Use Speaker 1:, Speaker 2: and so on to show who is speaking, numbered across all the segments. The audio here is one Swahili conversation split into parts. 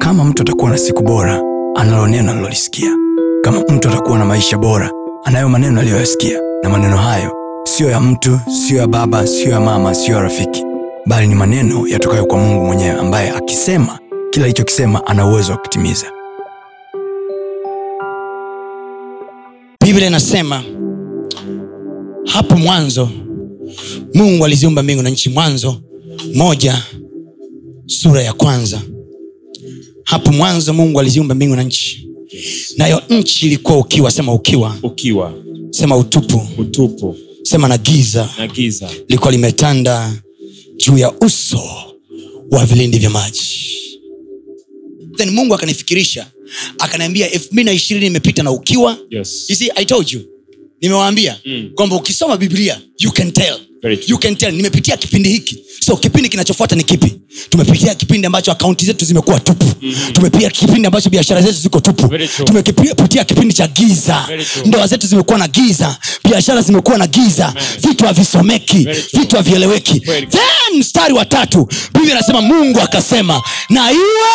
Speaker 1: Kama mtu atakuwa na siku bora, analo neno alilolisikia. Kama mtu atakuwa na maisha bora, anayo maneno aliyoyasikia, na maneno hayo siyo ya mtu, siyo ya baba, siyo ya mama, siyo ya rafiki, bali ni maneno yatokayo kwa Mungu mwenyewe, ambaye akisema kila alichokisema ana uwezo wa kutimiza.
Speaker 2: biblia inasema hapo mwanzo mungu aliziumba mbingu na nchi mwanzo moja sura ya kwanza hapo mwanzo mungu aliziumba mbingu na nchi nayo nchi ilikuwa ukiwa sema ukiwa
Speaker 3: ukiwa
Speaker 2: sema utupu
Speaker 3: utupu
Speaker 2: sema na giza
Speaker 3: na giza
Speaker 2: lilikuwa limetanda juu ya uso wa vilindi vya maji then mungu akanifikirisha akaniambia elfu mbili na ishirini imepita na ukiwa
Speaker 3: yes.
Speaker 2: You see, I told you nimewaambia mm.
Speaker 3: Mm.
Speaker 2: kwamba ukisoma biblia you can tell
Speaker 3: Very true.
Speaker 2: you can tell nimepitia kipindi hiki so kipindi kinachofuata ni kipi tumepitia kipindi ambacho akaunti zetu zimekuwa tupu mm-hmm. tumepitia kipindi ambacho biashara zetu ziko tupu
Speaker 3: Very true.
Speaker 2: tumepitia kipindi cha giza
Speaker 3: Very true.
Speaker 2: ndoa zetu zimekuwa na giza biashara zimekuwa na giza vitu havisomeki
Speaker 3: Very true.
Speaker 2: vitu havieleweki
Speaker 3: Kweli.
Speaker 2: then mstari wa tatu biblia anasema mungu akasema na iwe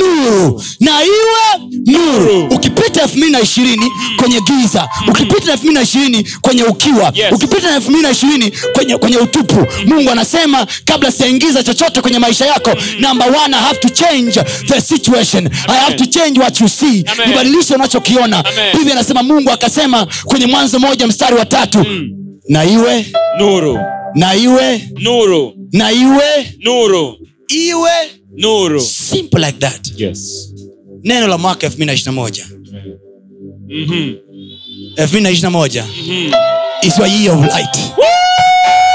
Speaker 2: nuru na iwe nuru ukipita elfu mbili na ishirini
Speaker 3: Hmm.
Speaker 2: kwenye giza ukipita elfu mbili na ishirini kwenye ukiwa
Speaker 3: Yes. Hmm.
Speaker 2: ukipita elfu mbili na ishirini kwenye, kwenye utupu mungu anasema kabla sijaingiza chochote kwenye maisha yako
Speaker 3: Hmm.
Speaker 2: number one, I have to change the situation I have to change what you see
Speaker 3: Amen.
Speaker 2: nibadilishe unachokiona
Speaker 3: Amen.
Speaker 2: biblia anasema mungu akasema kwenye mwanzo moja mstari wa tatu na iwe
Speaker 3: nuru
Speaker 2: na iwe
Speaker 3: nuru
Speaker 2: na iwe
Speaker 3: nuru
Speaker 2: iwe
Speaker 3: nuru
Speaker 2: simple like that
Speaker 3: yes.
Speaker 2: neno la mwaka 2021
Speaker 3: mm-hmm.
Speaker 2: 2021 is your year of light